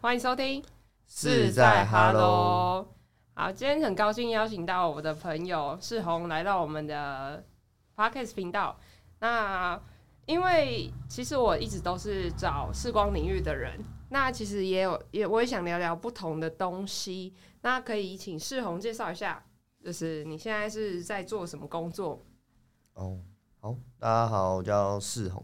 欢迎收听，是在 Hello。。好，今天很高兴邀请到我的朋友世宏来到我们的 Podcast 频道。那因为其实我一直都是找视光领域的人，那其实也有也我也想聊聊不同的东西。那可以请世宏介绍一下，就是你现在是在做什么工作？哦，好，大家好，我叫世宏。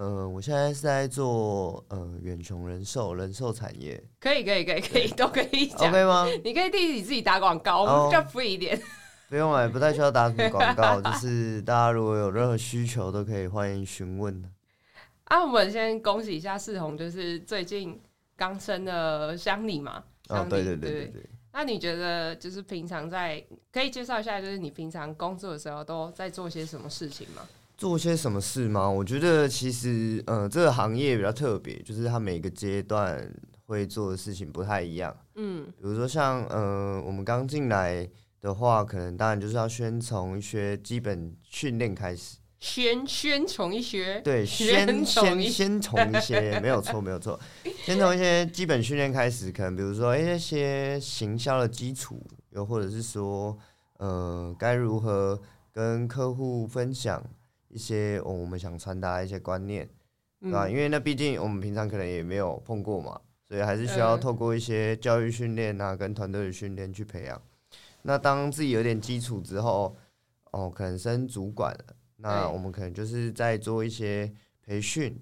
嗯、我现在是在做嗯远穷人寿人寿产业可以，可以，可以，可以，都可以讲。 ，OK 吗？你可以替你自己打广告，哦我们比较 free 一点。不用了，也不太需要打什么广告，就是大家如果有任何需求都可以欢迎询问的。啊，我们先恭喜一下世宏，就是最近刚生的乡里嘛。哦，乡里对对对对对。那你觉得就是平常在可以介绍一下，就是你平常工作的时候都在做些什么事情吗？做些什么事吗？我觉得其实，呃，这个行业比较特别，就是它每个阶段会做的事情不太一样。嗯，比如说像，呃，我们刚进来的话，可能当然就是要先从一些基本训练开始，宣宣传一学，对，先先从先一先从一些，没有错，没有 错，先从一些基本训练开始，可能比如说，哎、一些行销的基础，又或者是说，呃，该如何跟客户分享一些、哦、我们想传达的一些观念，嗯对啊吧、因为那毕竟我们平常可能也没有碰过嘛，所以还是需要嗯透过一些教育训练啊，跟团队的训练去培养。那当自己有点基础之后，哦，可能升主管了，那对我们可能就是在做一些培训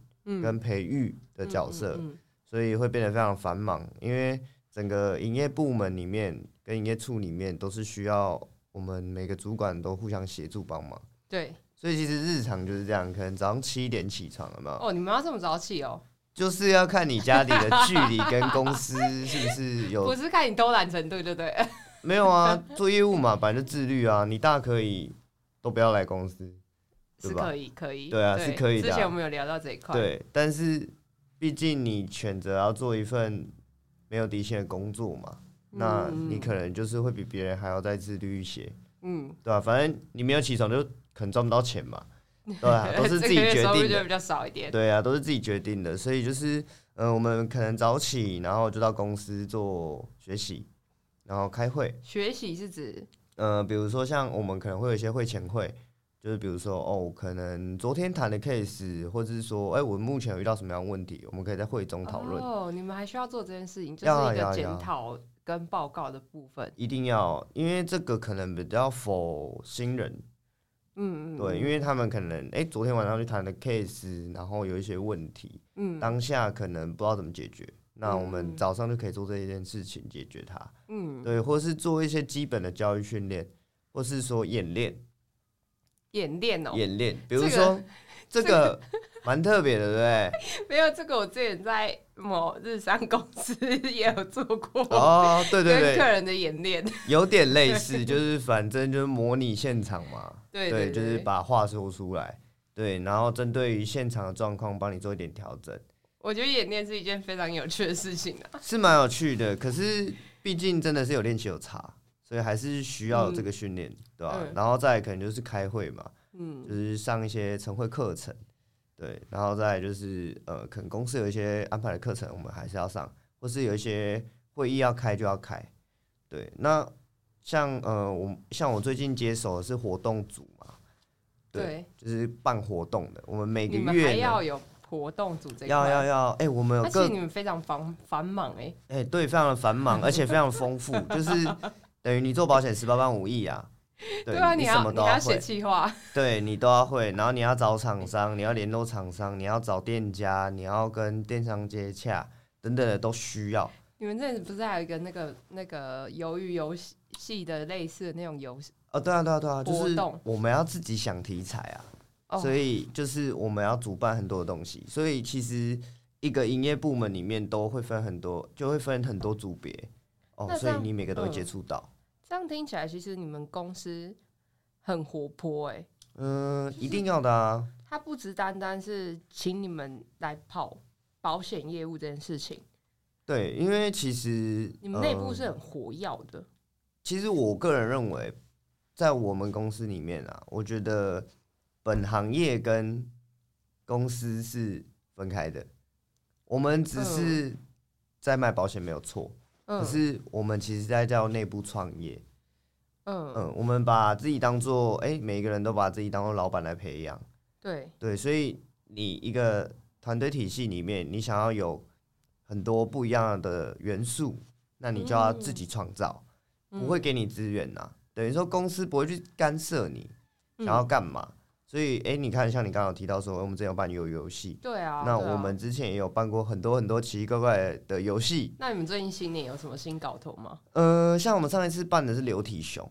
跟培育的角色，嗯嗯所以会变得非常繁忙，因为整个营业部门里面跟营业处里面都是需要我们每个主管都互相协助帮忙。对所以其实日常就是这样，可能早上七点起床了嘛，哦，你们要这么早起哦，就是要看你家里的距离跟公司是不是不有是看你偷懒程度，对不对？没有啊？做业务嘛，反正就自律啊，你大可以都不要来公司，是对吧可以，可以，对啊是可以的啊之前我们有聊到这一块，，对。但是毕竟你选择要做一份没有底线的工作嘛，那你可能就是会比别人还要再自律一些，嗯，对吧、反正你没有起床就可能赚不到钱嘛， 对啊，都是自己这个月决收入定就的比。较少一点，对啊，都是自己决定的，所以就是，嗯、我们可能早起，然后就到公司做学习，然后开会。学习是指呃，比如说像我们可能会有一些会前会，就是比如说哦，可能昨天谈的 case，或者是说，哎、我目前有遇到什么样的问题，我们可以在会中讨论，哦，你们还需要做这件事情，就要啊是一要个啊检讨跟报告的部分，一定要，因为这个可能比较否新人，嗯嗯，对，因为他们可能哎、昨天晚上去谈的 case，然后有一些问题，嗯当下可能不知道怎么解决，那我嗯们早上就可以做这一件事情解决它。嗯，对，或是做一些基本的教育训练，或是说演练、演练哦，演练，比这如个说这个蛮特别的，对没有这个，我之前在某日商公司 也有做过， 不对？哦，对对跟客对，人的演练。 有点类似，就是反正就是模拟现场嘛，对对就是对把话说出来，对，然后针对于现场的状况帮你做一点调整，我觉得演练是一件非常有趣的事情啊。是蛮有趣的。可是毕竟真的是有练习有差，所以还是需要有这个训练，对吧、嗯然后再来可能就是开会嘛，嗯，就是上一些晨会课程，对，然后再来就是呃，可能公司有一些安排的课程，我们还是要上，或是有一些会议要开就要开，对。那像呃，我像我最近接手的是活动组嘛，对，对，就是办活动的，我们每个你们还月呢要有活动组这一块，要要要，哎、我们有而各且你们非常繁繁忙哎、哎、对，非常的繁忙，而且非常丰富，就是等于你做保险十八般武艺啊。对对啊，你你什要么你都还要会写，企划，对你都要会，然后你要找厂商，你要联络厂商，你要找店家，你要跟电商接洽等等的都需要。你们这不是还有一个那个那个鱿鱼游戏戏的类似的那种游戏哦，对啊，对啊，对啊，就活是动我们要自己想题材啊，哦，所以就是我们要主办很多的东西，所以其实一个营业部门里面都会分很多，就会分很多组别哦那，这所以样你每个都会嗯接触到。这样听起来其实你们公司很活泼哎、嗯，一定要的啊，他不只单单是请你们来跑保险业务这件事情，对，因为其实你们内呃部是很活跃的。其实我个人认为，在我们公司里面啊，我觉得本行业跟公司是分开的，我们只是在卖保险没有错，可嗯是我们其实在叫内部创业。嗯，嗯，我们把自己当做，哎、每一个人都把自己当做老板来培养。对，对，所以你一个团队体系里面，你想要有很多不一样的元素，那你就要自嗯己创造，不会给你资源呐、等于说公司不会去干涉你嗯想要干嘛。所以，哎、你看，像你刚刚有提到说，我们之前有办有游戏，对啊。那对啊我们之前也有办过很多很多奇奇怪怪的游戏。那你们最近新年有什么新搞头吗？呃，像我们上一次办的是流体熊，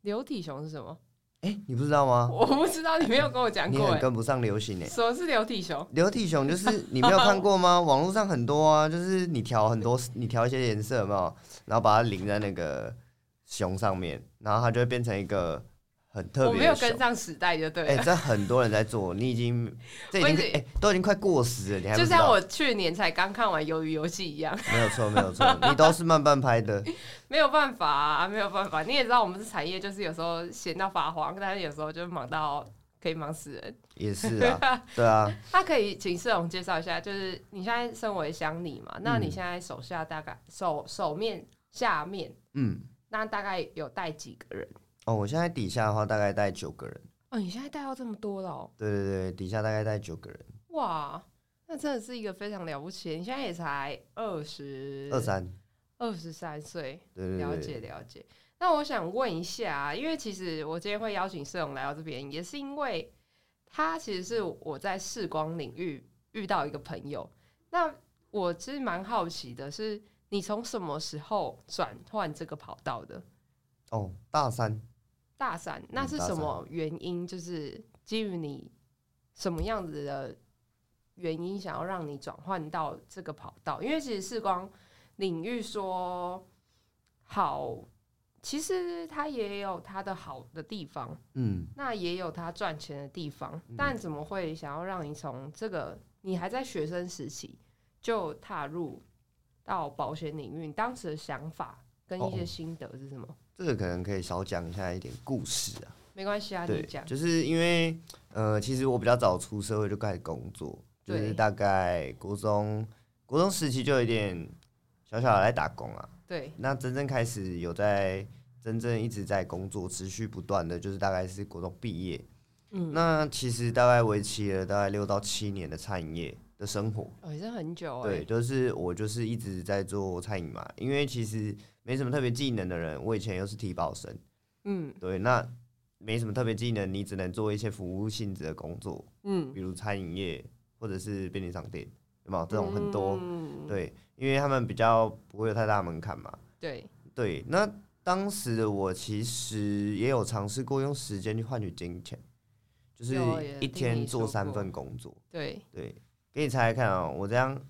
流体熊是什么？ 哎、你不知道吗？我不知道，你没有跟我讲你过很哎。跟不上流行哎、什么是流体熊？流体熊 就是你没有看过吗？网络上很多啊，就是你调很多，你调一些颜色有没有？然后把它淋在那个熊上面，然后它就会变成一个很特我别没有的熊跟。上时代就对 哎、了。这很多人在做，你已经这已我经已哎、经都已经快过时了，你还不就知像道？我去年才刚看完《鱿鱼游戏》一样，没有错，没有错，你都是慢半拍的。没有办法、啊，没有办法。你也知道，我们这产业就是有时候闲到发慌，但是有时候就忙到可以忙死人。也是啊，对啊，那可以请世荣介绍一下，就是你现在身为乡里嘛，那你现在手下大概、手手面下面，嗯，那大概有带几个人？哦，我现在底下的话大概带九个人，哦，你现在带到这么多了、哦，对对对，底下大概带九个人，哇，那真的是一个非常了不起的。你现在也才二十二三，二十三岁，对对对，了解了解。那我想问一下啊，因为其实我今天会邀请社勇来到这边，也是因为他其实是我在视光领域遇到一个朋友。那我其实蛮好奇的是，你从什么时候转换这个跑道的？哦，大三。大三，那是嗯大什三么原因？就是基于你什么样子的原因，想要让你转换到这个跑道？因为其实视光领域说好，其实它也有它的好的地方，嗯，那也有它赚钱的地方。但怎么会想要让你从这个你还在学生时期就踏入到保险领域？你当时的想法跟一哦些心得是什么？这个可能可以少讲一下一点故事啊。没关系啊，你对讲，。就是因为呃，其实我比较早出社会就开始工作，就对是大概国中国中时期就有一点小小的来打工啊。对，那真正开始有在真正一直在工作，持续不断的，就是大概是国中毕业。嗯那其实大概为期了大概六到七年的餐饮业的生活。哦，也是很久哎、对，就是我就是一直在做餐饮嘛，因为其实没什么特别技能的人，我以前又是体保生。嗯对，那没什么特别技能，你只能做一些服务性质的工作，嗯，比如餐饮业或者是便利商店，有没有这种很多？嗯、对，因为他们比较不会有太大门槛嘛。对，对，那当时的我其实也有尝试过用时间去换取金钱，就是有也听一你天说做三过份工作。对，对，给你猜猜看啊、我这样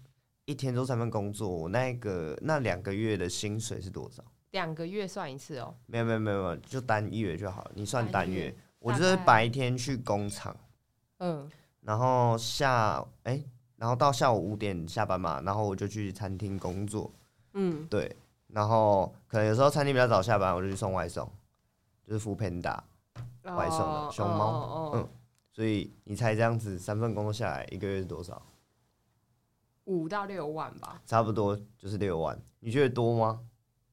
一天做三份工作，我那个那两个月的薪水是多少？两个月算一次哦、没有没有没有，没有，就单一月就好了。你算单单一月月，我大就是概白天去工厂，嗯然后下哎、然后到下午五点下班嘛，然后我就去餐厅工作。嗯，对，然后可能有时候餐厅比较早下班，我就去送外送，就是扶 Panda。外送的哦熊猫嗯哦哦哦所以你猜这样子三份工作下来，一个月是多少？五到六万吧，差不多就是六万。你觉得多吗？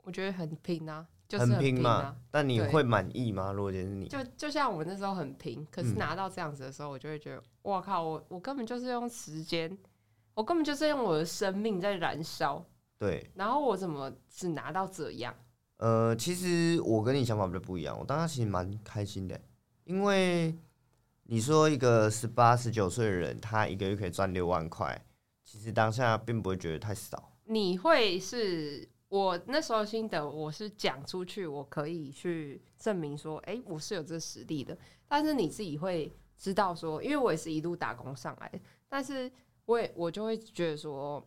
我觉得很拼啊，就是很拼拼嘛啊。。但你对会满意吗？如果今天是你，就就像我们那时候很拼，可是嗯拿到这样子的时候，我就会觉得，哇靠，我我根本就是用时间，我根本就是用我的生命在燃烧，对，然后我怎么只拿到这样？呃，其实我跟你想法比较不一样，我当时其实蛮开心的，因为你说一个十八、十九岁的人，他一个月可以赚六万块，其实当下并不会觉得太少。你会是我那时候心得，我是讲出去，我可以去证明说，哎、我是有这实力的。但是你自己会知道说，因为我也是一路打工上来的，但是我也我就会觉得说，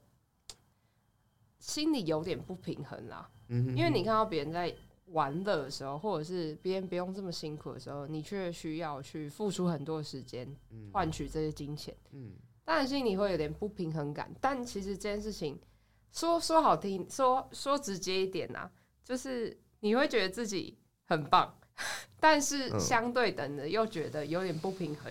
心里有点不平衡啦。嗯哼因为你看到别人在玩乐的时候，或者是别人不用这么辛苦的时候，你却需要去付出很多时间你换取这些金钱。嗯，当然心里会有点不平衡感，但其实这件事情说说好听，说说直接一点啊，就是你会觉得自己很棒， 但是嗯相对等的又觉得有点不平衡。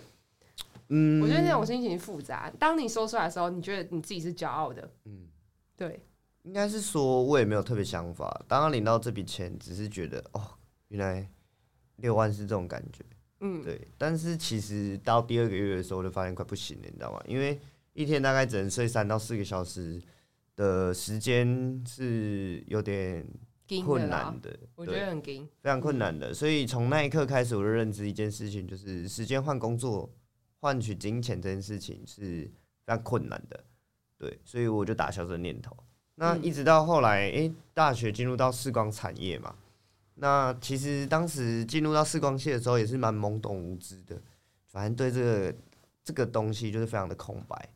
嗯，我觉得那种心情复杂。当你说出来的时候，你觉得你自己是骄傲的，嗯对，应该是说我也没有特别想法。当他领到这笔钱，只是觉得哦，原来六万是这种感觉。嗯，对，但是其实到第二个月的时候，我就发现快不行了，你知道吗？因为一天大概只能睡三到四个小时的时间是有点硬的困啦难，的，我觉对，得很硬。非常困难的。所以从那一刻开始，我就认知一件事情，就是时间换工作、换取金钱这件事情是非常困难的。对，所以我就打消这个念头。那嗯一直到后来，诶、大学进入到视光产业嘛，那其实当时进入到视光系的时候也是蛮懵懂无知的，反正对这个这个东西就是非常的空白，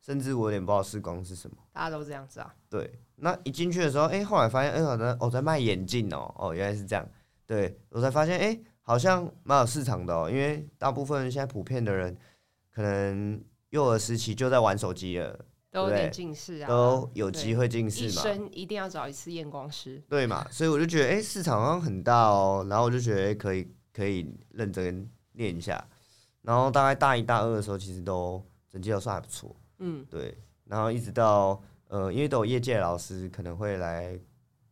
甚至我有点不知道视光是什么。大家都这样子啊，对，那一进去的时候，哎、后来发现，哎、好像我在卖眼镜哦、哦，原来是这样。对我才发现，哎、好像蛮有市场的哦、因为大部分现在普遍的人，可能幼儿时期就在玩手机了，都有对点近视啊，都有机会近一视嘛，生一定要找一次验光师。对嘛？所以我就觉得，哎、市场好像很大哦、然后我就觉得、哎可以可以认真练一下。然后大概大一、大二的时候，其实都成绩都算还不错。嗯，对，然后一直到呃，因为都有业界老师可能会来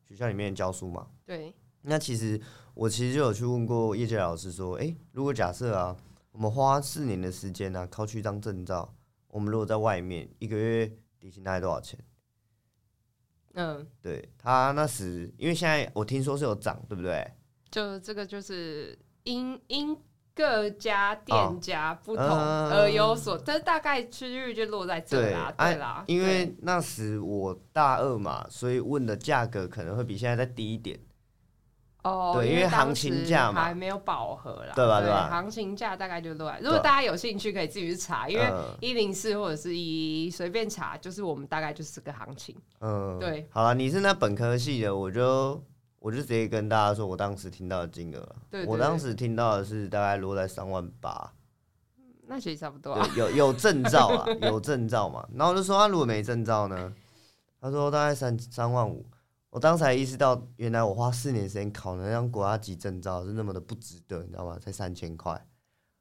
学校里面教书嘛。对，那其实我其实就有去问过业界老师说，诶，如果假设啊，我们花四年的时间呢、啊，考取一张证照，我们如果在外面一个月底薪大概多少钱？嗯，对他那时，因为现在我听说是有涨，对不对？就这个就是因因各家哦店家不同嗯而有所，但是大概区域就落在这对啦，哎啊对啦，因对为那时我大二嘛，所以问的价格可能会比现在再低一点。哦，对因为为行当情时价嘛还没有饱和啦，对吧对吧行情价大概就落在，如对果啊大家有兴趣可以自己去查，因为嗯一零四或者是一随便查，就是我们大概就是这个行情。嗯，对。好了，你是那本科系的，我就我就直接跟大家说，我当时听到的金额了。对对我当时听到的是大概落在三万八，那其实差不多啊，对，有有证照啊， 有证照嘛。然后我就说，他、啊如果没证照呢？他说大概三三万五。我当时才意识到，原来我花四年时间考那张国家级证照是那么的不值得，你知道吗？才三千块。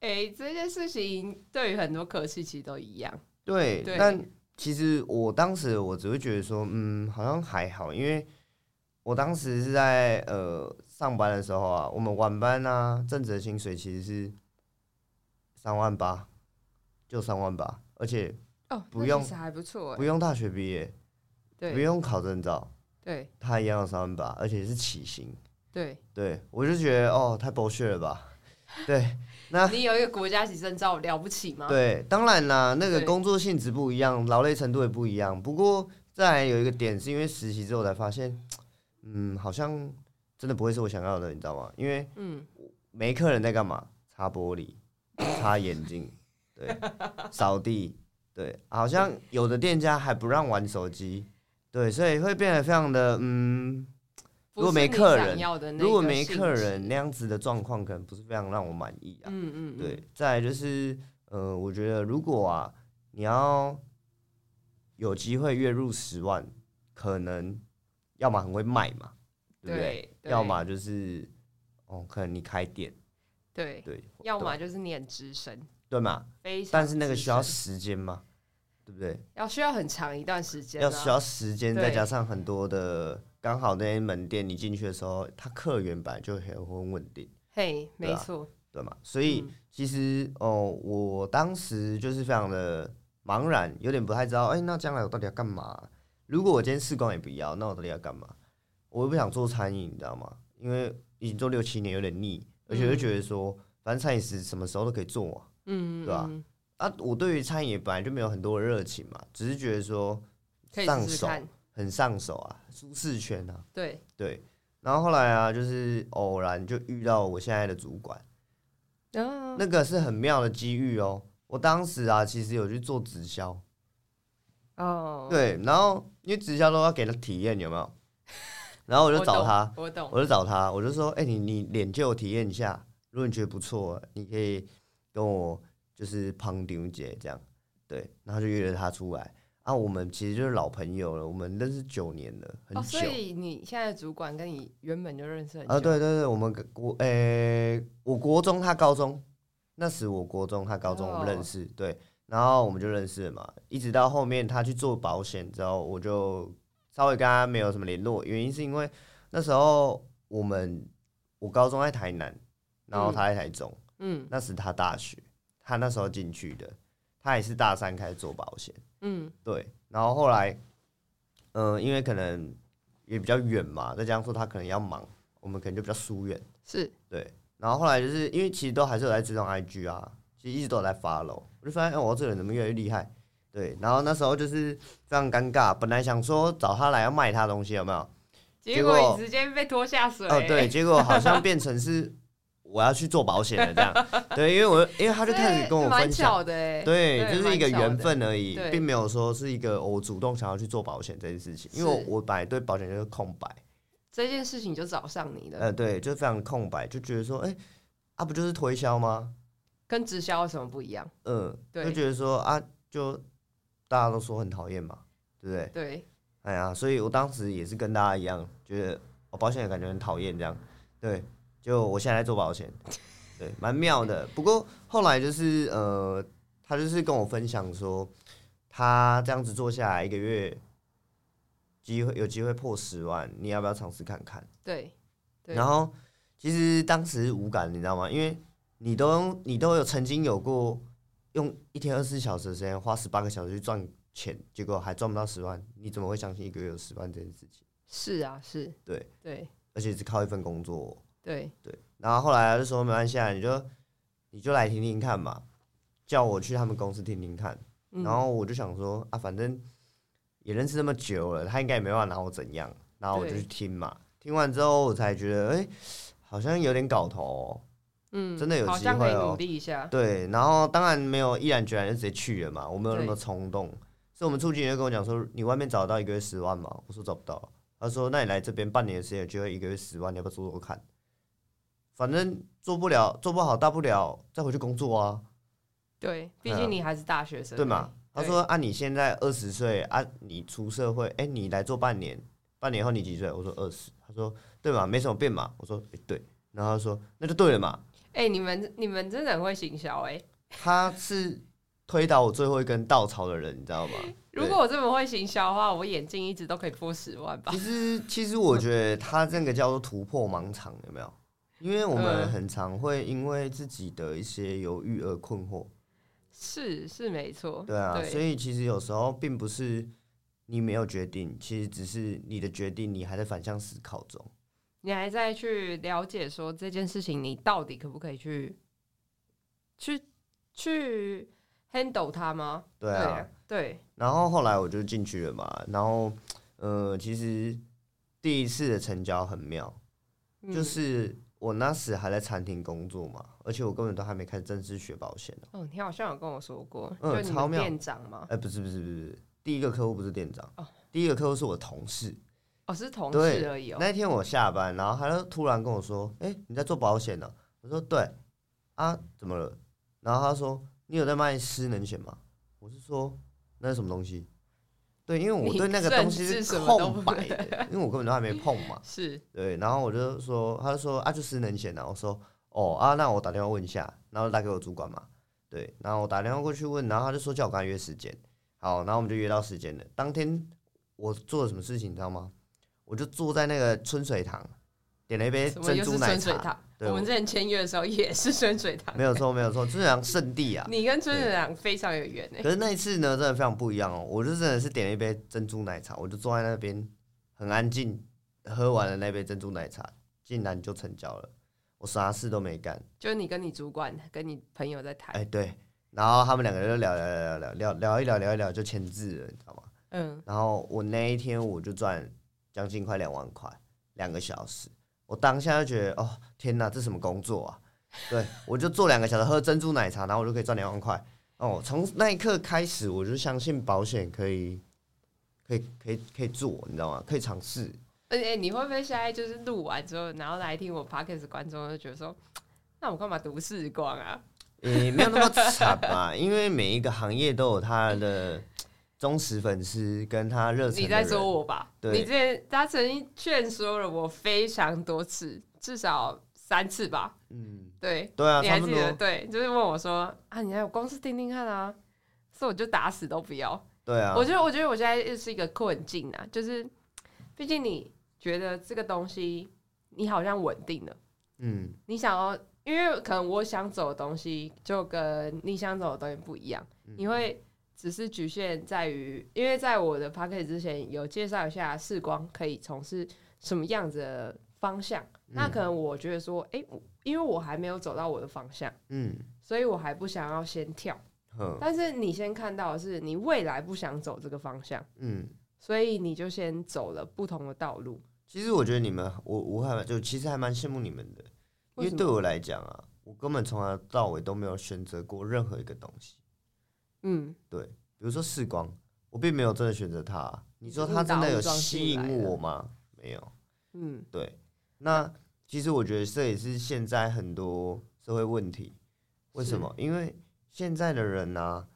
哎、这件事情对于很多科系其实都一样。对，对但其实我当时我只会觉得说，嗯，好像还好，因为我当时是在呃上班的时候啊，我们晚班啊，正职的薪水其实是三万八，就三万八，而且哦，不那用其实还不错、不欸，用大学毕业，不对用考证照，对他一样三万八，而且是起薪。对，对我就觉得哦，太 bullshit 了吧？ 对，你有一个国家级证照了不起吗？啊对，当然啦，那个啊对工作性质不一样，劳累程度也不一样。不过再来有一个点，是因为实习之后才发现，嗯，好像真的不会是我想要的，你知道吗？因为嗯，没客人在干嘛？擦玻璃、擦眼镜，对，扫地，对，好像有的店家还不让玩手机，对，所以会变得非常的嗯，如不果是没你客想人要的那如果个没性客质，人那样子的状况，可能不是非常让我满意啊。嗯嗯，嗯对，，再来就是，呃，我觉得如果啊，你要有机会月入十万，可能要么很会卖嘛，对不对？对，要么就是，哦，可能你开店，对，对 要么就是念资深，对嘛，非常但是那个资需要深时间嘛，对不对？要需要很长一段时间、啊，要需要时间，再对加上很多的，刚好那些门店你进去的时候，它客源本来就很很稳定，嘿，对没啊错，对嘛？所以、嗯其实哦，我当时就是非常的茫然，有点不太知道，哎、那将来我到底要干嘛？如果我今天试光也不要，那我到底要干嘛？我又不想做餐饮，你知道吗？因为已经做六七年，有点腻，而且就觉得说，反正餐饮是什么时候都可以做嘛。嗯，对啊嗯啊，我对于餐饮本来就没有很多的热情嘛，只是觉得说可以上试试手看，很上手啊，舒适圈啊，对，对。然后后来啊，就是偶然就遇到我现在的主管，嗯、那个是很妙的机遇哦。我当时啊，其实有去做直销，哦，，对，然后因为直销都要给他体验，有 没有？然后我我就找懂他，，我懂，哦我就找他，我就说，哎、你你脸借我体验一下，如果你觉得不错，你可以跟我就是旁顶姐这样，对，然后就约了他出来。啊，我们其实就是老朋友了，我们认识九年了，很哦，久、所以你现在的主管跟你原本就认识很久，啊，对对对，我们国诶、我国中他高中，那时我国中他高中我们认哦识，对，然后我们就认识了嘛，一直到后面他去做保险之后，我就稍微跟他没有什么联络，原因是因为那时候我们我高中在台南，然后他在台中，嗯那是他大学，他那时候进去的，他也是大三开始做保险，嗯对，然后后来，嗯、因为可能也比较远嘛，再加上说他可能要忙，我们可能就比较疏远，是对，然后后来就是因为其实都还是有在追踪 IG 啊，其实一直都有在 follow，我就发现，哎、我这个人怎么越来越厉害？对，然后那时候就是非常尴尬，本来想说找他来要卖他东西，有没有？结结果果你直接被拖下水，哦，对，结果好像变成是我要去做保险了这样。 对，因为我因为他他就开始跟我分蛮享，巧的哎，对，对就是一个蛮巧的缘分而已对，并没有说是一个我主动想要去做保险这件事情，因为我是我本来对保险就是空白，这件事情就找上你了，呃，对，就非常空白，就觉得说，哎、啊，不就是推销吗？跟直销有什么不一样？嗯，对就觉得说啊，就大家都说很讨厌嘛，对不对？对，哎呀，所以我当时也是跟大家一样，觉得哦，保险也感觉很讨厌这样。对，就我现在在做保险，对，蛮妙的。不过后来就是呃，他就是跟我分享说，他这样子做下来一个月，机会有机会破十万，你要不要尝试看看？对，对然后其实当时无感，你知道吗？因为你都用你都有曾经有过用一天二十四小时的时间花十八个小时去赚钱，结果还赚不到十万，你怎么会相信一个月有十万这件事情？是啊，是，对对而且只靠一份工作哦、对，对。然后后来他就说没关系啊，你就你就来听听看嘛，叫我去他们公司听听看。嗯然后我就想说啊，反正也认识那么久了，他应该也没办法拿我怎样，然后我就对去听嘛。听完之后，我才觉得，哎、好像有点搞头、哦。嗯，真的有好像机会可以哦努力一下，对，然后当然没有毅然决然就直接去了嘛，我没有那么对冲动。所以我们促进员就跟我讲说，你外面找得到一个月十万吗？我说找不到。他说，那你来这边半年的时间，有机会一个月十万，你要不要做做看？反正做不了，做不好，大不了再回去工作啊，对，毕哎呀竟你还是大学生，对嘛？他对说啊，你现在二十岁啊，你出社会，哎、你来做半年，半年后你几岁？我说二十。他说对嘛，没什么变嘛。我说、诶对。然后他说那就对了嘛。哎、你们你们真的很会行销哎、他是推倒我最后一根稻草的人，你知道吗？如果我这么会行销的话，我眼镜一直都可以破十万吧 对其？实，其实我觉得他这个叫做突破盲场，有没有？因为我们嗯很常会因为自己的一些犹豫而困惑，是是没错，对啊，对所以其实有时候并不是你没有决定，其实只是你的决定你还在反向思考中。你还在去了解说这件事情，你到底可不可以去去去 handle 它吗？对啊，对，然后后来我就进去了嘛，然后呃，其实第一次的成交很妙，嗯就是我那时还在餐厅工作嘛，而且我根本都还没开始正式学保险哦。哦，你好像有跟我说过，嗯就你超们妙店长吗？哎、不是不是不是不是，第一个客户不是店长，哦第一个客户是我同事。哦，是同对事而已哦。那一天我下班，然后他就突然跟我说：“哎、你在做保险呢、我说：“对。”啊，怎么了？然后他说：“你有在卖失能险吗？”我是说：“那是什么东西？”对，因为我你对那个东西甚至是什么都空不白的，因为我根本都还没碰嘛。是对，然后我就说，他就说啊，就失能险啊。我说哦啊，那我打电话问一下，然后打给我主管嘛。对，然后我打电话过去问，然后他就说叫我跟他约时间。好，然后我们就约到时间了。当天我做了什么事情，你知道吗？我就坐在那个春水堂，点了一杯什么？珍又珠是奶春水茶。堂。对我们之前签约的时候也是春水堂，没有错，没有错，春水堂圣 地啊。你跟春水堂非常有缘哎。可是那一次呢，真的非常不一样哦。我就真的是点了一杯珍珠奶茶，我就坐在那边很安静，喝完了那杯珍珠奶茶，竟然就成交了。我啥事都没干，就是你跟你主管、跟你朋友在谈，哎、对，然后他们两个人就聊聊聊聊聊聊一聊聊一聊就签字了，你知道吗？嗯，然后我那一天我就赚将近快两万块，两个小时，我当下就觉得哦天哪，这什么工作啊？对我就做两个小时喝珍珠奶茶，然后我就可以赚两万块。哦，从那一刻开始，我就相信保险可以，可以，可以，可以做，你知道吗？可以尝试。而且你会不会现在就是录完之后，然后来听我 podcast 的观众就觉得说，那我干嘛读视光啊？也没有那么惨吧，因为每一个行业都有他的忠实粉丝跟他热忱。你在说我吧？对你之前他曾经劝说了我非常多次，至少三次吧？嗯，对，对啊，你差还不记得？多，对，就是问我说啊，你来我公司听听看啊，所以我就打死都不要。对啊我，觉得，我觉得我现在是一个困境啊，就是毕竟你觉得这个东西你好像稳定了，嗯你想要，因为可能我想走的东西就跟你想走的东西不一样，你会只是局限在于，因为在我的 p a c k a g e 之前有介绍一下视光可以从事什么样子的方向，那可能我觉得说，诶，我因为我还没有走到我的方向，嗯所以我还不想要先跳。哼但是你先看到的是你未来不想走这个方向，嗯。所以你就先走了不同的道路。其实我觉得你们，我我还蛮就其实还蛮羡慕你们的，因为什对么我来讲啊，我根本从头到尾都没有选择过任何一个东西。嗯，比如说视光，我并没有真的选择它、啊你说它真的有吸引我吗？没有。嗯，对，那其实我觉得这也是现在很多社会问题。为什么？因为现在的人呢、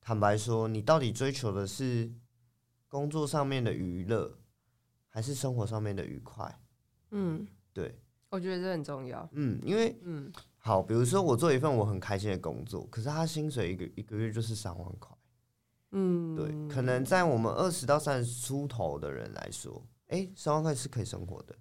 坦白说，你到底追求的是工作上面的娱乐，还是生活上面的愉快？嗯，对，我觉得这很重要。嗯，因为嗯，好，比如说我做一份我很开心的工作，可是他薪水一个一个月就是三万块。嗯，对，可能在我们二十到三十出头的人来说，哎、三万块是可以生活的，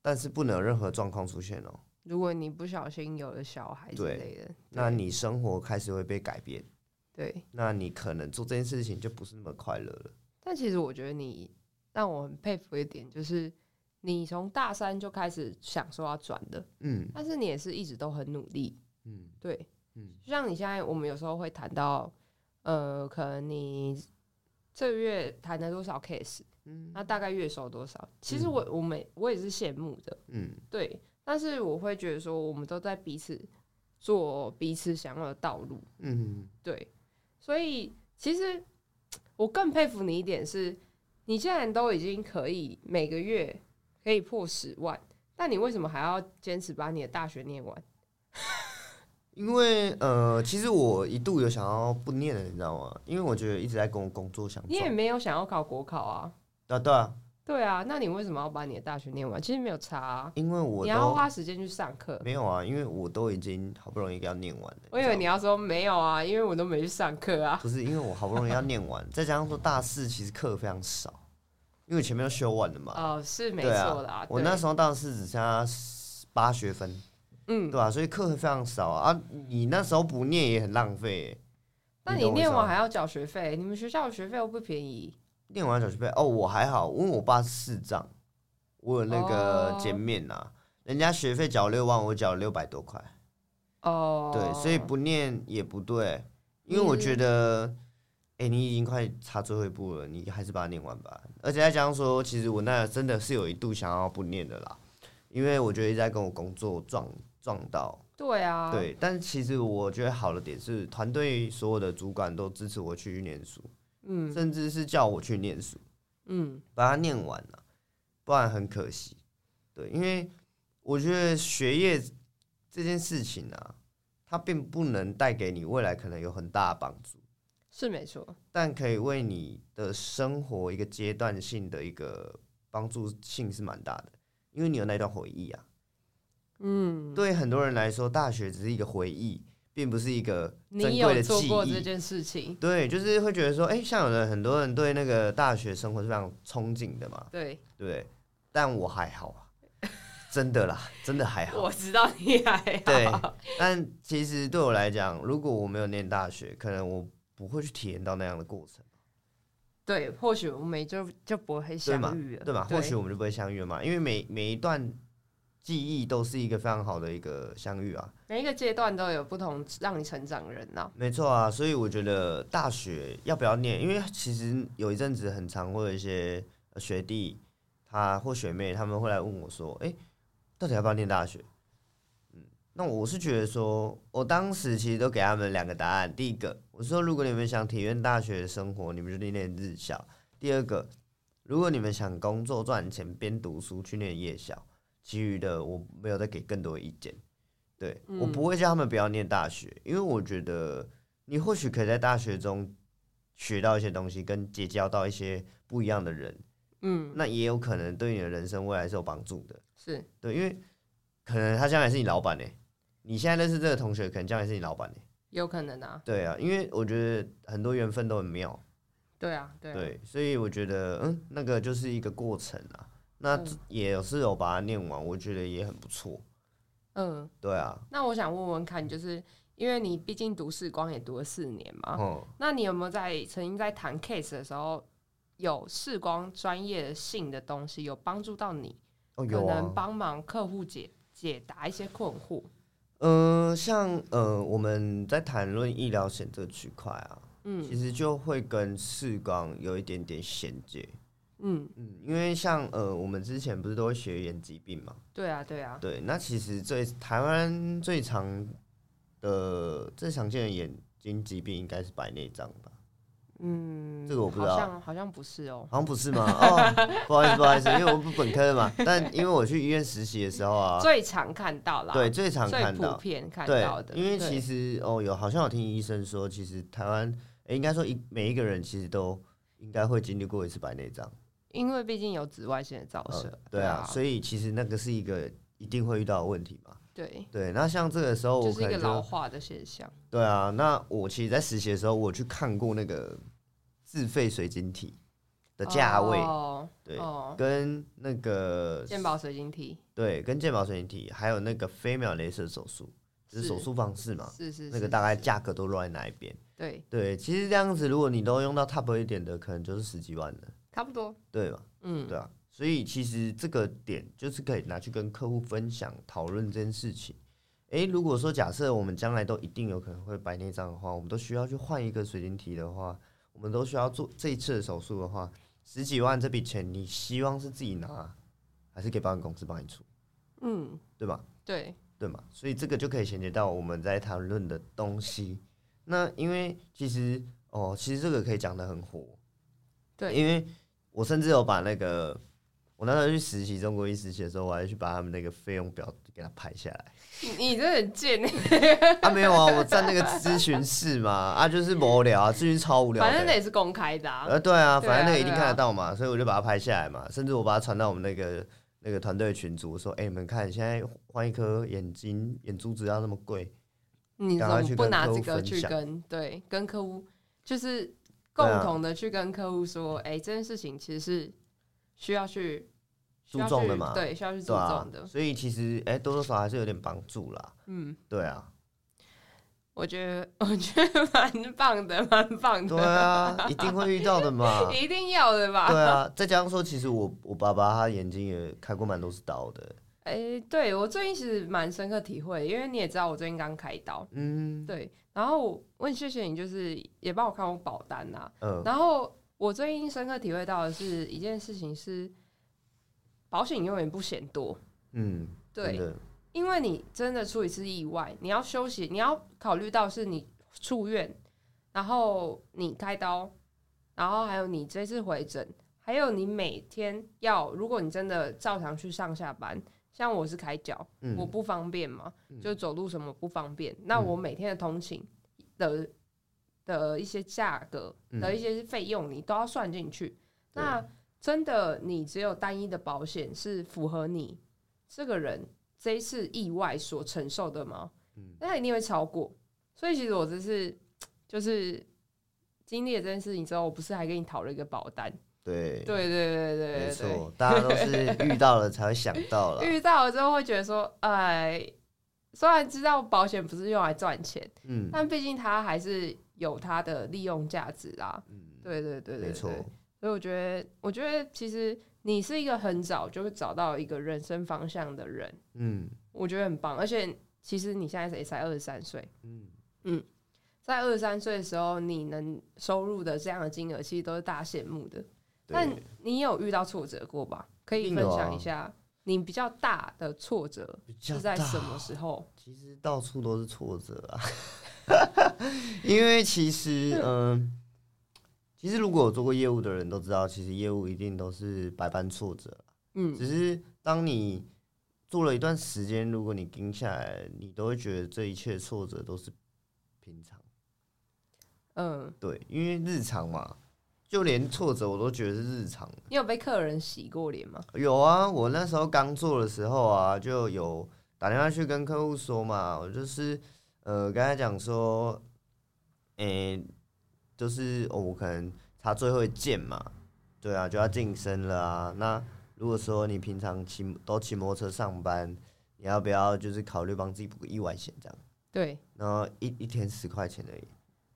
但是不能有任何状况出现哦、如果你不小心有了小孩之对类的，那对你生活开始会被改变，对。那你可能做这件事情就不是那么快乐了。但其实我觉得你让我很佩服一点，就是你从大三就开始想说要转的，嗯但是你也是一直都很努力。嗯对，嗯就像你现在，我们有时候会谈到，呃，可能你这个月谈了多少 case，嗯那大概月收多少？其实嗯我我们我也是羡慕的，嗯对。但是我会觉得说，我们都在彼此做彼此想要的道路，嗯对。所以其实我更佩服你一点是，你既然都已经可以每个月可以破十万，但你为什么还要坚持把你的大学念完？因为呃，其实我一度有想要不念了，你知道吗？因为我觉得一直在跟我工作相你也撞。没有想要考国考啊。啊对啊，对啊，那你为什么要把你的大学念完？其实没有差、啊，因为我你要都花时间去上课。没有啊，因为我都已经好不容易要念完了。我以为你知道吗要说没有啊，因为我都没去上课啊。不是因为我好不容易要念完，再加上说大四其实课非常少，因为我前面都修完了嘛。哦、是没对啊错啦。我对那时候大四只剩下八学分，嗯对，吧、所以课非常少啊。啊你那时候不念也很浪费耶、欸那懂你我念意思完吗还要缴学费，你们学校的学费又不便宜。念完小学费哦，我还好，因为我爸是市长，我有那个哦减免呐、人家学费缴六万，我缴六百多块，哦，嗯对，所以不念也不对，因为我觉得。哎、你已经快差最后一步了，你还是把它念完吧。而且再加上说，其实我那真的是有一度想要不念的啦，因为我觉得一直在跟我工作撞撞到，对啊，，对，但其实我觉得好的点是，团队所有的主管都支持我去念书，嗯甚至是叫我去念书，嗯把它念完了、不然很可惜。对，因为我觉得学业这件事情啊，它并不能带给你未来可能有很大的帮助，是没错，但可以为你的生活一个阶段性的一个帮助性是蛮大的，因为你有那段回忆啊。嗯，对很多人来说，大学只是一个回忆，并不是一个珍你贵有的做记过这忆。件事情，对，就是会觉得说，哎、像有的很多人对那个大学生活是非常憧憬的嘛，对，对不对？但我还好啊，真的啦，真的还好我。知道你还好对，但其实对我来讲，如果我没有念大学，可能我不会去体验到那样的过程，对，或许我们就就不会对嘛相遇了，对吧？或许我们就不会相遇嘛，因为每每一段记忆都是一个非常好的一个相遇啊。每一个阶段都有不同让你成长的人呐、没错啊，所以我觉得大学要不要念，因为其实有一阵子很常会有一些呃学弟他或学妹他们会来问我说，哎、到底要不要念大学？嗯，那我是觉得说，我当时其实都给他们两个答案，第一个我说，如果你们想体验大学的生活，你们就去念日校；第二个，如果你们想工作赚钱边读书去念夜校，其余的我没有再给更多意见。对、我不会叫他们不要念大学，因为我觉得你或许可以在大学中学到一些东西，跟结交到一些不一样的人，嗯，那也有可能对你的人生未来是有帮助的。是，对，因为可能他将来是你老板呢、你现在认识这个同欸学，可能将来是你老板呢、有可能啊，对啊，因为我觉得很多缘分都很妙。对啊，对啊，对，所以我觉得，嗯，那个就是一个过程啊。那嗯也是有把它念完，我觉得也很不错。嗯。对啊，那我想问问看，就是因为你毕竟读视光也读了四年嘛，嗯，那你有没有在曾经在谈 case 的时候，有视光专业性的东西有帮助到你，哦，可有啊能，帮忙客户解解答一些困惑？嗯，像呃，我们在谈论医疗险这个区块啊，嗯其实就会跟视光有一点点衔接。嗯，嗯，因为像呃，我们之前不是都会学眼疾病嘛？对啊对啊，对，那其实最台湾最常的最常见的眼睛疾病应该是白内障吧？嗯，这个我不知好道像好像不是哦。好像不是吗？哦，不好意思，不好意思，因为我不本科的嘛。但因为我去医院实习的时候啊，最常看到啦，对，最常最看普到，遍看对到，的，因为对其实哦，有好像有听医生说，其实台湾、诶应该说一每一个人其实都应该会经历过一次白内障，因为毕竟有紫外线的照射呃，对啊，所以其实那个是一个一定会遇到的问题嘛。对，对，那像这个时候就我是一可个能老就化的现象。对啊，那我其实，在实习的时候，我去看过那个自费水晶体的价位，哦，对，哦，跟那个健保水晶体对，跟健保水晶体，还有那个飞秒镭射手术，就是是手术方式嘛，是是啊那是个大概是价格都落在哪一边？对，对，其实这样子，如果你都用到 top 一点的，可能就是十几万的，差不多，对吧？嗯，对啊，所以其实这个点就是可以拿去跟客户分享讨论这件事情。诶，如果说假设我们将来都一定有可能会白内障的话，我们都需要去换一个水晶体的话，我们都需要做这一次的手术的话，十几万这笔钱，你希望是自己拿，还是给保险公司帮你出，嗯，对吧？对，对嘛？所以这个就可以衔接到我们在谈论的东西。那因为其实哦，其实这个可以讲的很火，对因为我甚至有把那个我那时候去实习中国医实习的时候，我还去把他们那个费用表 给它拍下来。你你真的很贱，啊，没有啊，我在那个咨询室嘛，啊，就是无聊啊，咨询超无聊的。反正那也是公开的啊，呃，对啊，对啊反正那个一定对啊看得到嘛，所以我就把它拍下来嘛，甚至我把它传到我们那个那个团队群组，说，哎、你们看现在换一颗眼睛眼珠子要那么贵，你怎赶快么去不跟拿客这户个分去享跟对跟客户就是对共啊同的去跟客户说，哎，这件事情其实是需要去需注要重去的嘛对，需要去注对啊重，的，所以其实哎、多多少少还是有点帮助啦。嗯。对啊，我觉得， 我觉得蛮棒的，蛮棒对的，啊，一定会遇到的 嘛。一定要的吧？对啊，再加上说，其实我我爸爸他眼睛也开过蛮多次刀的，哎、对我最近其实蛮深刻体会，因为你也知道我最近刚开刀，嗯对，然后我我很谢谢你，就是也帮我看我保单啊呐、嗯，然后我最近深刻体会到的是一件事情是，保险永远不嫌多，嗯，真对，的，因为你真的出一次意外，你要休息，你要考虑到是你出院，然后你开刀，然后还有你这次回诊，还有你每天要，如果你真的照常去上下班，像我是开脚，嗯我不方便嘛，就走路什么不方便，那我每天的通勤的的一些价格嗯的一些费用，你都要算进去。那真的，你只有单一的保险是符合你这个人这一次意外所承受的吗？嗯那他一定会超过。所以其实我这次就是经历了这件事情之后，我不是还跟你讨论一个保单？对，对对对对没对对错，大家都是遇到了才会想到 了，遇到了之后会觉得说，哎，虽然知道保险不是用来赚钱，嗯但毕竟它还是有它的利用价值啦。嗯，对对对对，没错对，所以我觉得，我觉得其实你是一个很早就会找到一个人生方向的人，嗯我觉得很棒。而且其实你现在也才二十三岁，嗯，在二十三岁的时候，你能收入的这样的金额，其实都是大家羡慕的。但对，你有遇到挫折过吧？可一以定分有享啊一下你比较大的挫折比较是在大什么时候？其实到处都是挫折啊， 因为其实嗯、其实如果有做过业务的人都知道，其实业务一定都是百般挫折，啊嗯只是当你做了一段时间，如果你盯下来，你都会觉得这一切挫折都是平常，嗯，对，因为日常嘛，就连挫折我都觉得是日常。你有被客人洗过脸吗？有啊，我那时候刚做的时候啊，就有打电话去跟客户说嘛，我就是呃跟他讲说，诶、就是、哦、我可能他最后一件嘛，对啊，就要晋升了啊。那如果说你平常骑都骑摩托车上班，你要不要就是考虑帮自己补个意外险这样？对，然后一一天十块钱而已，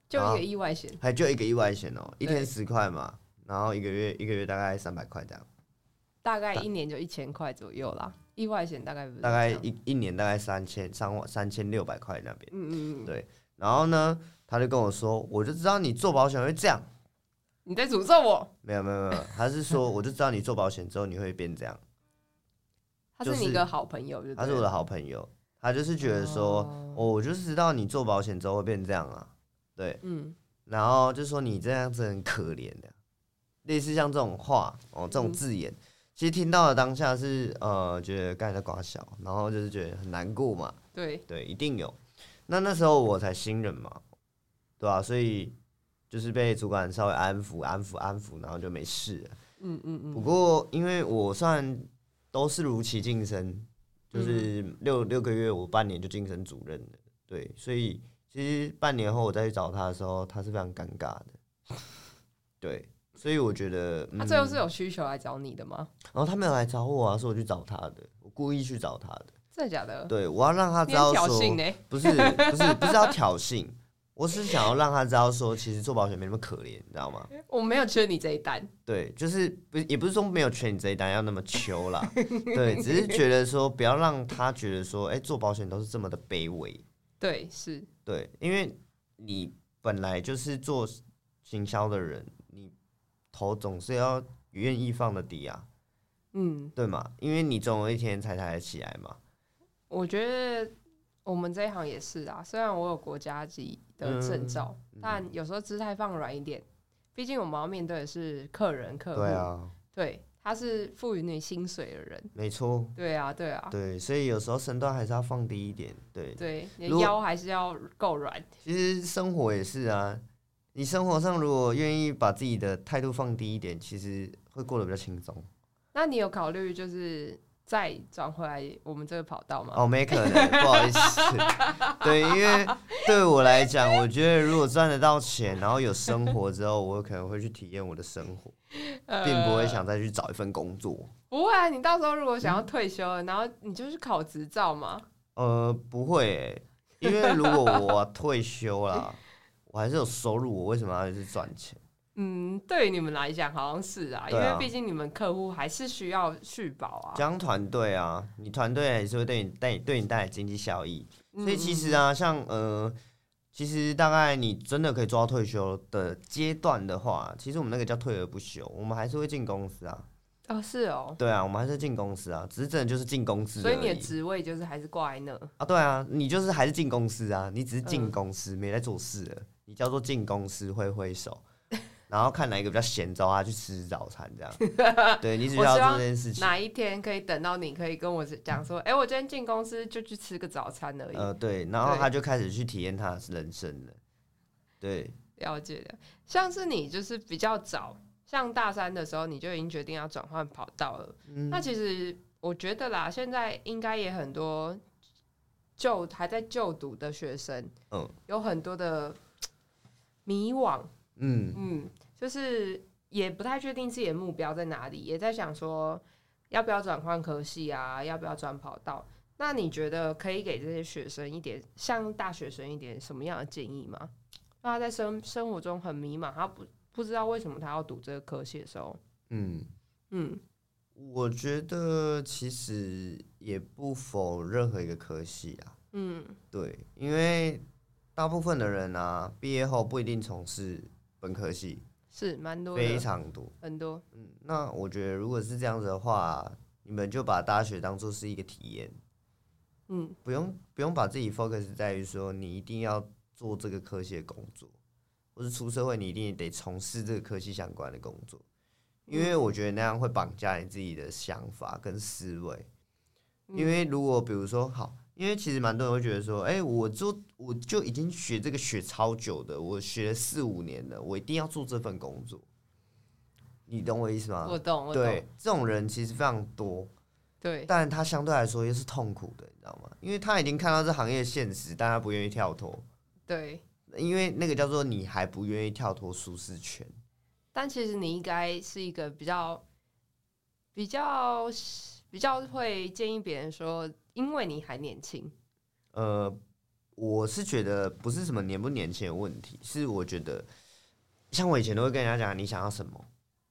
就一啊个意外险，还就一个意外险哦、一对天十块嘛，然后一个月一个月大概三百块这样，大概大一年就一千块左右啦。意外险大概不是大概这样一一年大概三千三万三千六百块那边。嗯嗯嗯，对然后呢，他就跟我说，我就知道你做保险会这样，你在诅咒我？没有没有没有，他 是说我就知道你做保险之后你会变这样。他就是你一个好朋友，就他是对我了的好朋友，他就是觉得说，哦哦我就是知道你做保险之后会变这样啊，对，嗯，然后就说你这样子很可怜的，类似像这种话哦，这种嗯字眼，其实听到的当下是呃觉得干在瓜小，然后就是觉得很难过嘛，对，对，一定有。那那时候我才新人嘛，对啊吧、所以就是被主管稍微安抚、安抚、安抚，然后就没事了。嗯嗯不嗯，过因为我算都是如期晋升，就是嗯六六个月，我半年就晋升主任了。对，所以其实半年后我再去找他的时候，他是非常尴尬的。对，所以我觉得，嗯他最后是有需求来找你的吗？然后他没有来找我啊，是我去找他的，我故意去找他的。真的假的？对，我要让他知你很道挑说，衅欸呢？不是不是不是要挑衅，我是想要让他知道说，其实做保险没那么可怜，你知道吗？我没有缺你这一单，对，就是不也不是说没有劝你这一单要那么求啦，对，只是觉得说不要让他觉得说，哎、做保险都是这么的卑微，对，是，对，因为你本来就是做行销的人，你头总是要愿意放的低啊，嗯，对嘛？因为你总有一天才抬得起来嘛，我觉得我们这一行也是啊，虽然我有国家级嗯的证照，但有时候姿态放软一点，毕竟我们要面对的是客人、客户，对啊，对他是赋予你薪水的人，没错，对啊，对啊，对，所以有时候身段还是要放低一点，对，对，你如的果腰还是要够软，其实生活也是啊，你生活上如果愿意把自己的态度放低一点，其实会过得比较轻松。那你有考虑就是再转回来我们这个跑道吗？哦，没可能，不好意思。 对，因为对我来讲，我觉得如果赚得到钱，然后有生活之后，我可能会去体验我的生活，并不会嗯想再去找一份工作。呃不会啊，你到时候如果想要退休了，然后你就去考执照嘛。呃，不会欸、因为如果我啊退休啦，我还是有收入，我为什么要去赚钱？嗯，对于你们来讲好像是啊，因对啊为毕竟你们客户还是需要续保啊。讲团队啊，你团队也是会对你带对你带来经济效益。嗯所以其实啊，像呃，其实大概你真的可以做到退休的阶段的话，其实我们那个叫退而不休，我们还是会进公司啊。哦是哦，对啊，我们还是进公司啊，只是真的就是进公司所而以你的已。职位就是还是挂在那。啊，对啊，你就是还是进公司啊，你只是进嗯公司，没在做事了。你叫做进公司挥挥手， 然后看哪一个比较闲，找他去吃早餐这样。 对你只需我要希望做这件事情。哪一天可以等到你可以跟我讲说，哎、我今天进公司就去吃个早餐而已。呃，对，然后对他就开始去体验他的人生了。对，了解的，像是你就是比较早，像大三的时候你就已经决定要转换跑道了。嗯那其实我觉得啦，现在应该也很多就还在就读的学生，嗯，有很多的迷惘，嗯，嗯，就是也不太确定自己的目标在哪里，也在想说要不要转换科系啊，要不要转跑道。那你觉得可以给这些学生一点，像大学生一点什么样的建议吗？那他在生生活中很迷茫，他不不知道为什么他要读这个科系的时候，嗯。嗯我觉得其实也不否任何一个科系啊，嗯，对，因为大部分的人啊，毕业后不一定从事本科系，是蛮多非的，常多。很多，嗯，那我觉得如果是这样子的话，你们就把大学当做是一个体验，嗯不用不用把自己 focus 在于说你一定要做这个科系的工作，或是出社会你一定得从事这个科系相关的工作，嗯因为我觉得那样会绑架你自己的想法跟思维。嗯因为如果比如说好，因为其实蛮多人会觉得说，哎、我做我就已经学这个学超久的，我学了四五年了，我一定要做这份工作，你懂我意思吗我？懂我懂，啊对，这种人其实非常多，对但他相对来说又是痛苦的，你知道吗？因为他已经看到这行业的现实，但他不愿意跳脱，对，因为那个叫做你还不愿意跳脱舒适圈。但其实你应该是一个比较比较比较会建议别人说，因为你还年轻，呃，我是觉得不是什么年不年轻的问题，是我觉得像我以前都会跟人家讲你想要什么。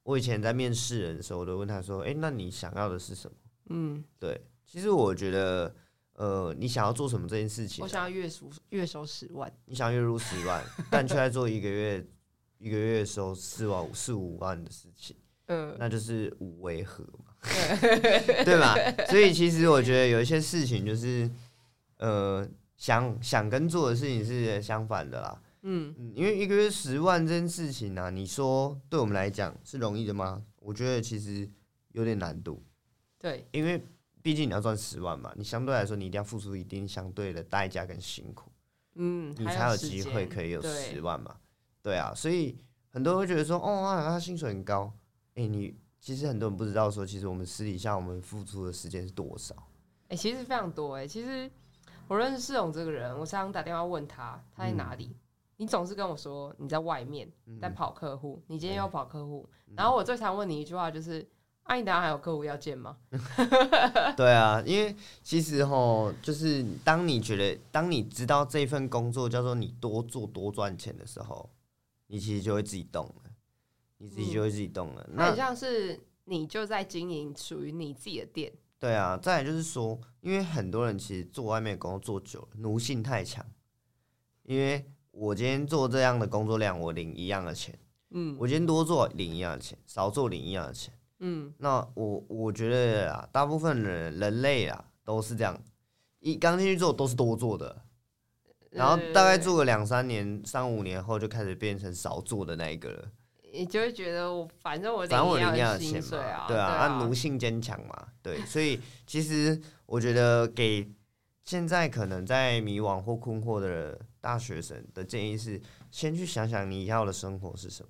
我以前在面试人的时候，我都问他说：“哎、那你想要的是什么嗯，？”对，其实我觉得，呃，你想要做什么这件事情啊、我想要月收月收十万，你想月入十万，但却在做一个月一个月收四万四五万的事情，嗯，那就是无为和嘛，对吧？所以其实我觉得有一些事情就是，呃，想想跟做的事情是相反的啦。嗯嗯，因为一个月十万这件事情啊，你说对我们来讲是容易的吗？我觉得其实有点难度，对，因为毕竟你要赚十万嘛，你相对来说你一定要付出一定相对的代价跟辛苦。嗯，你还才有时机间会可以有对十万嘛。对啊，所以很多人会觉得说，哦啊，他薪水很高。哎、你其实很多人不知道说，其实我们私底下我们付出的时间是多少。 哎、其实非常多哎、其实我认识世勇这个人，我常常打电话问他他在嗯哪里，你总是跟我说你在外面在跑客户，你今天要跑客户，嗯然后我最常问你一句话就是：啊，你等下还有客户要见吗？对啊，因为其实吼，就是当你觉得，当你知道这份工作叫做你多做多赚钱的时候，你其实就会自己动了，你自嗯己就会自己动了。那那很像是你就在经营属于你自己的店，对啊，再来就是说，因为很多人其实做外面的工作做久了，奴性太强。因为我今天做这样的工作量，我领一样的钱；嗯我今天多做领一样的钱，少做领一样的钱。嗯，那我我觉得啊，大部分人人类啊都是这样，一刚进去做都是多做的，然后大概呃做个两三年、三五年后就开始变成少做的那一个了。你就会觉得我反正我反正我领领一样样的的钱薪水嘛，啊，对啊，啊，奴性坚强嘛，对，所以其实我觉得给现在可能在迷惘或困惑的大学生的建议是，先去想想你要的生活是什么，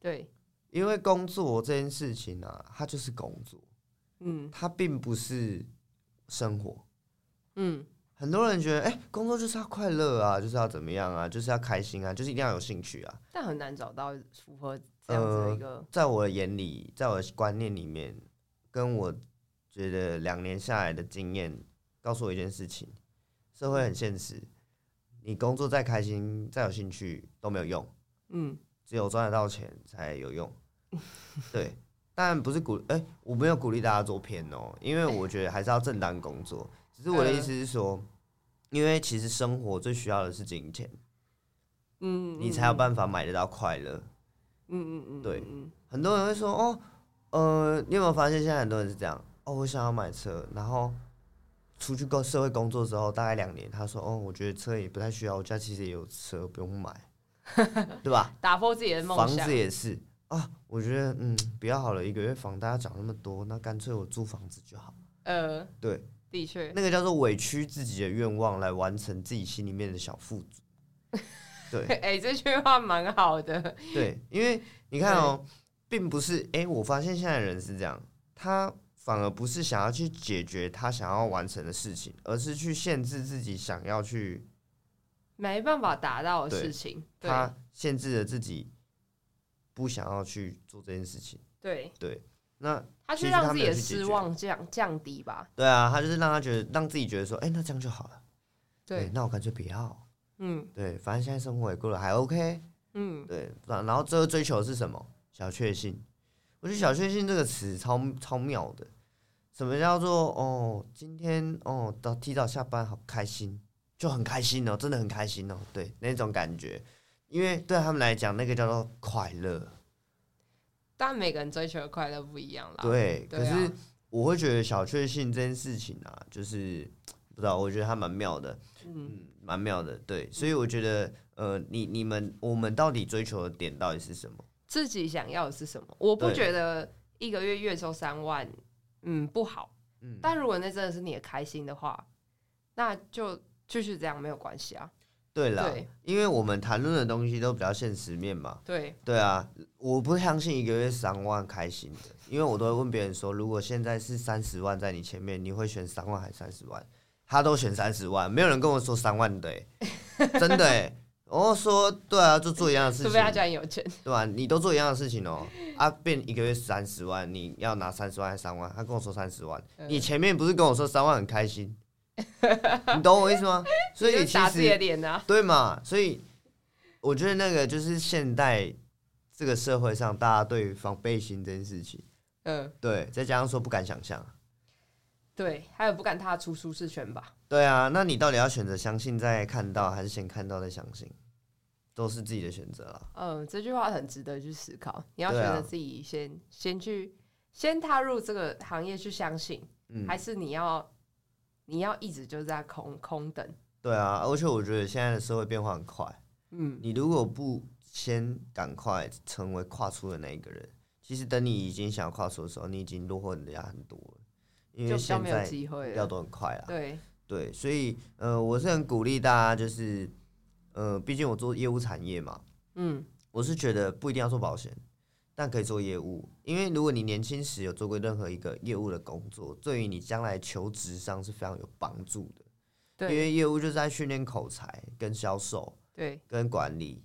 对，因为工作这件事情啊，它就是工作，嗯它并不是生活。嗯，很多人觉得，哎、工作就是要快乐啊，就是要怎么样啊，就是要开心啊，就是一定要有兴趣啊。但很难找到符合这样呃子的一个，在我的眼里，在我的观念里面，跟我觉得两年下来的经验告诉我一件事情：社会很现实，你工作再开心、再有兴趣都没有用，嗯只有赚得到钱才有用。对，但不是鼓哎、我没有鼓励大家做偏哦，因为我觉得还是要正当工作。只是我的意思是说，因为其实生活最需要的是金钱，嗯，你才有嗯办法买得到快乐。嗯嗯嗯，对嗯嗯很多人会说哦，呃，你有没有发现现在很多人是这样？哦，我想要买车，然后出去工社会工作之后，大概两年，他说哦，我觉得车也不太需要，我家其实也有车，不用买， 对吧？打破自己的房梦想子，也是啊，我觉得嗯，比较好了，一个月房大家涨那么多，那干脆我租房子就好。呃，对，的确， 那个叫做委屈自己的愿望来完成自己心里面的小富足。对，哎、这句话蛮好的，对，因为你看哦、并不是哎、诶我发现现在的人是这样，他反而不是想要去解决他想要完成的事情，而是去限制自己想要去，没办法达到的对事情，对他限制了自己不想要去做这件事情。对，那他其是实他让自己没有的去解失决望降降低吧，对啊，他就是让他觉得让自己觉得说，哎、那这样就好了。对，那我干脆不要。嗯对，反正现在生活也过得还 OK。嗯，对，然然后最后追求的是什么？小确幸。我觉得“小确幸”这个词超超妙的。什么叫做哦？今天哦，到提早下班好开心，就很开心哦，真的很开心哦，对那种感觉。因为对他们来讲，那个叫做快乐。但每个人追求的快乐不一样啦，对，对可啊是我会觉得小确幸这件事情啊，就是不知道，我觉得它蛮妙的。嗯，嗯，蛮妙的。对，所以我觉得呃，你你们我们到底追求的点到底是什么？自己想要的是什么？我不对觉得一个月月收三万，嗯，不好，嗯，但如果那真的是你的开心的话，那就继续这样没有关系啊，对啦，对因为我们谈论的东西都比较现实面嘛。对，对啊，我不相信一个月三万开心的，因为我都会问别人说，如果现在是三十万在你前面，你会选 三万还是三十万？他都选三十万，没有人跟我说三万的、欸，真的、欸。哦，说对啊，就做一样 的事除情，非他家很有钱，对吧、你都做一样的事情哦，啊，变一个月三十万，你要拿三十万还是三万？他跟我说三十万，嗯你前面不是跟我说三万很 开心？你懂我意思吗？所以就你是其打自己的实脸啊。对嘛？所以我觉得那个就是现代这个社会上大家对防备心这件事情，嗯，对，再加上说不敢想象，对，还有不敢踏出舒适圈吧。对啊，那你到底要选择相信再看到，还是先看到再相信？都是自己的选择啦。嗯，这句话很值得去思考。你要对选啊择自己先、先去先踏入这个行业去相信，嗯，还是你要你要一直就在空空等？对啊，而且我觉得现在的社会变化很快，嗯，你如果不先赶快成为跨出的那一个人，其实等你已经想要跨出的时候，你已经落后人家很多了，因就为比较现没有在机会要了。都很快啊。对，对，所以呃，我是很鼓励大家，就是呃，毕竟我做业务产业嘛，嗯，我是觉得不一定要做保险，但可以做业务，因为如果你年轻时有做过任何一个业务的工作，对于你将来求职上是非常有帮助的。因对为业务就是在训练口才、跟销售、对，跟管理。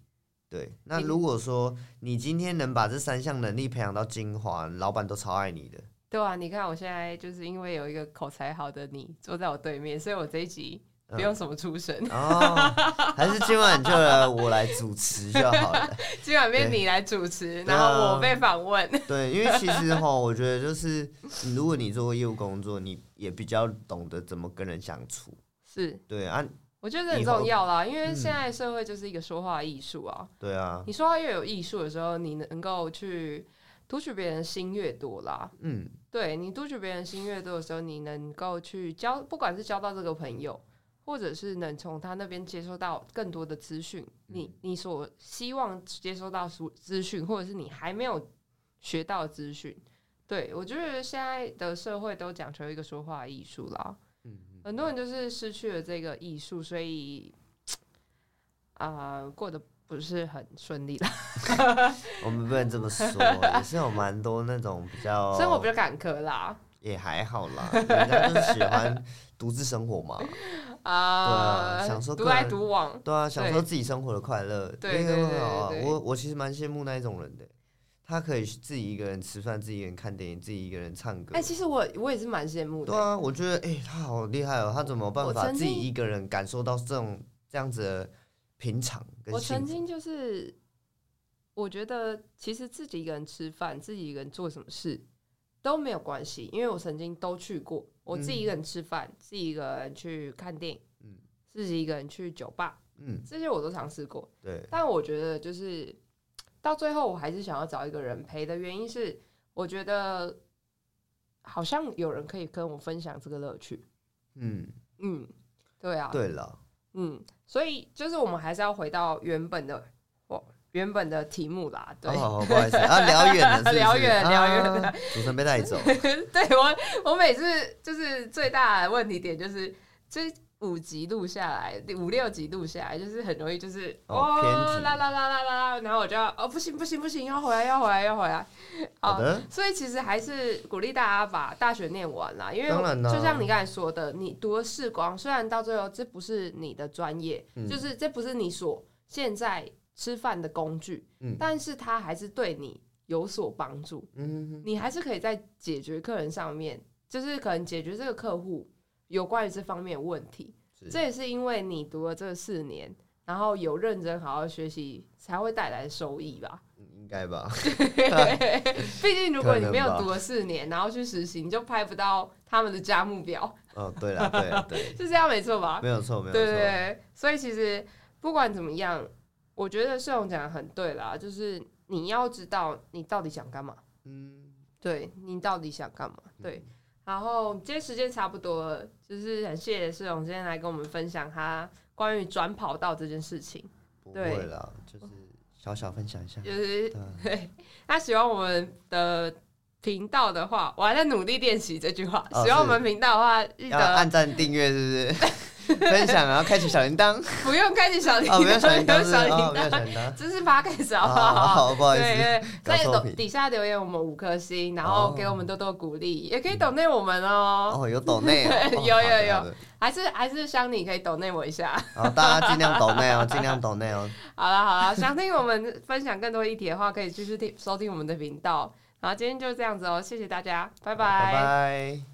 对，那嗯如果说你今天能把这三项能力培养到精华，老板都超爱你的。对啊！你看我现在就是因为有一个口才好的你坐在我对面，所以我这一集嗯不用什么出声， 哦，还是今晚就来我来主持就好了。今晚变对你来主持，对然啊后我被访问。 对，因为其实哈，我觉得就是，如果你做过业务工作，你也比较懂得怎么跟人相处。是，对啊，我觉得很以后重要啦，因为现嗯在社会就是一个说话艺术啊。对啊，你说话越有艺术的时候，你能够去读取别人的心越多啦。嗯，对你读取别人心越多的时候，你能够去交，不管是交到这个朋友，或者是能从他那边接收到更多的资讯，你你所希望接收到资资讯，或者是你还没有学到的资讯。对我觉得现在的社会都讲求一个说话艺术啦，嗯，很多人就是失去了这个艺术，所以啊、过得不是很顺利啦，我们不能这么说，也是有蛮多那种比较，生活比较坎坷啦。也还好啦，人家就是喜欢独自生活嘛。啊、想说独个来人独往，对啊，享受自己生活的快乐，对那个对很好啊对对对我我其实蛮羡慕那一种人的，他可以自己一个人吃饭，自己一个人看电影，自己一个人唱歌。哎、其实我我也是蛮羡慕的对欸、啊，我觉得哎、他好厉害哦，他怎么有办我法曾自己经一个人感受到这种这样子的平常跟我曾幸福？经就是，我觉得其实自己一个人吃饭，自己一个人做什么事都没有关系，因为我曾经都去过，我自己一个人吃饭，自己一个人去看电影，嗯自己一个人去酒吧，嗯，这些我都尝试过。 对，但我觉得就是到最后，我还是想要找一个人陪的原因是，我觉得好像有人可以跟我分享这个乐趣。嗯，嗯，对啊，对了，嗯，所以就是我们还是要回到原本的哦，原本的题目啦。对，哦，不好意思啊，聊远了是不是，聊远聊远啊，主持人被 带走， 对我我每次就是最大的问题点就是这。五集录下来，五六集录下来，就是很容易就是哦偏题啦啦啦啦啦啦，然后我就要哦不行不行不行，要回来要回来要回来，好的，所以其实还是鼓励大家把大学念完啦，因为当然啦就像你刚才说的，你读了视光，虽然到最后这不是你的专业，嗯就是这不是你所现在吃饭的工具，嗯但是它还是对你有所帮助，嗯，你还是可以在解决客人上面，就是可能解决这个客户有关于这方面的问题。是这也是因为你读了这四年，然后有认真好好学习，才会带来收益吧。应该吧， 毕竟，如果你没可有能吧读了四年，然后去实习，你就拍不到他们的价目表，哦，对了，对 了对，是这样没错吧？没有错，没对有对错，对，所以其实不管怎么样，我觉得盛勇讲的很对啦，就是你要知道你到底想干嘛，嗯。对你到底想干嘛，对。然后今天时间差不多了，就是很谢谢盛勇今天来跟我们分享他关于转跑道这件事情。不对会啦，就是小小分享一下。就是对啊， 他喜欢我们的频道的话，我还在努力练习这句话。哦喜欢我是啊们频道的话，记要得按赞订阅是 分享，然后开启小铃铛。不用开启小铃铛， 哦，没有小铃铛，不用是小哦铃没有铛，小铃铛。这是 podcast 好不哦好？好不好意思对对，搞在错抖频底下留言我们五颗星，然后哦给我们多多鼓励，也可以抖内我们哦。哦，有抖内 哦，哦有有好的有好的还是还是香，你可以抖内我一下。 好，大家尽量抖内哦，尽量抖内哦。好了好了，想听我们分享更多议题的话，可以继续听收听我们的频道。然后今天就这样子哦，谢谢大家，拜拜拜。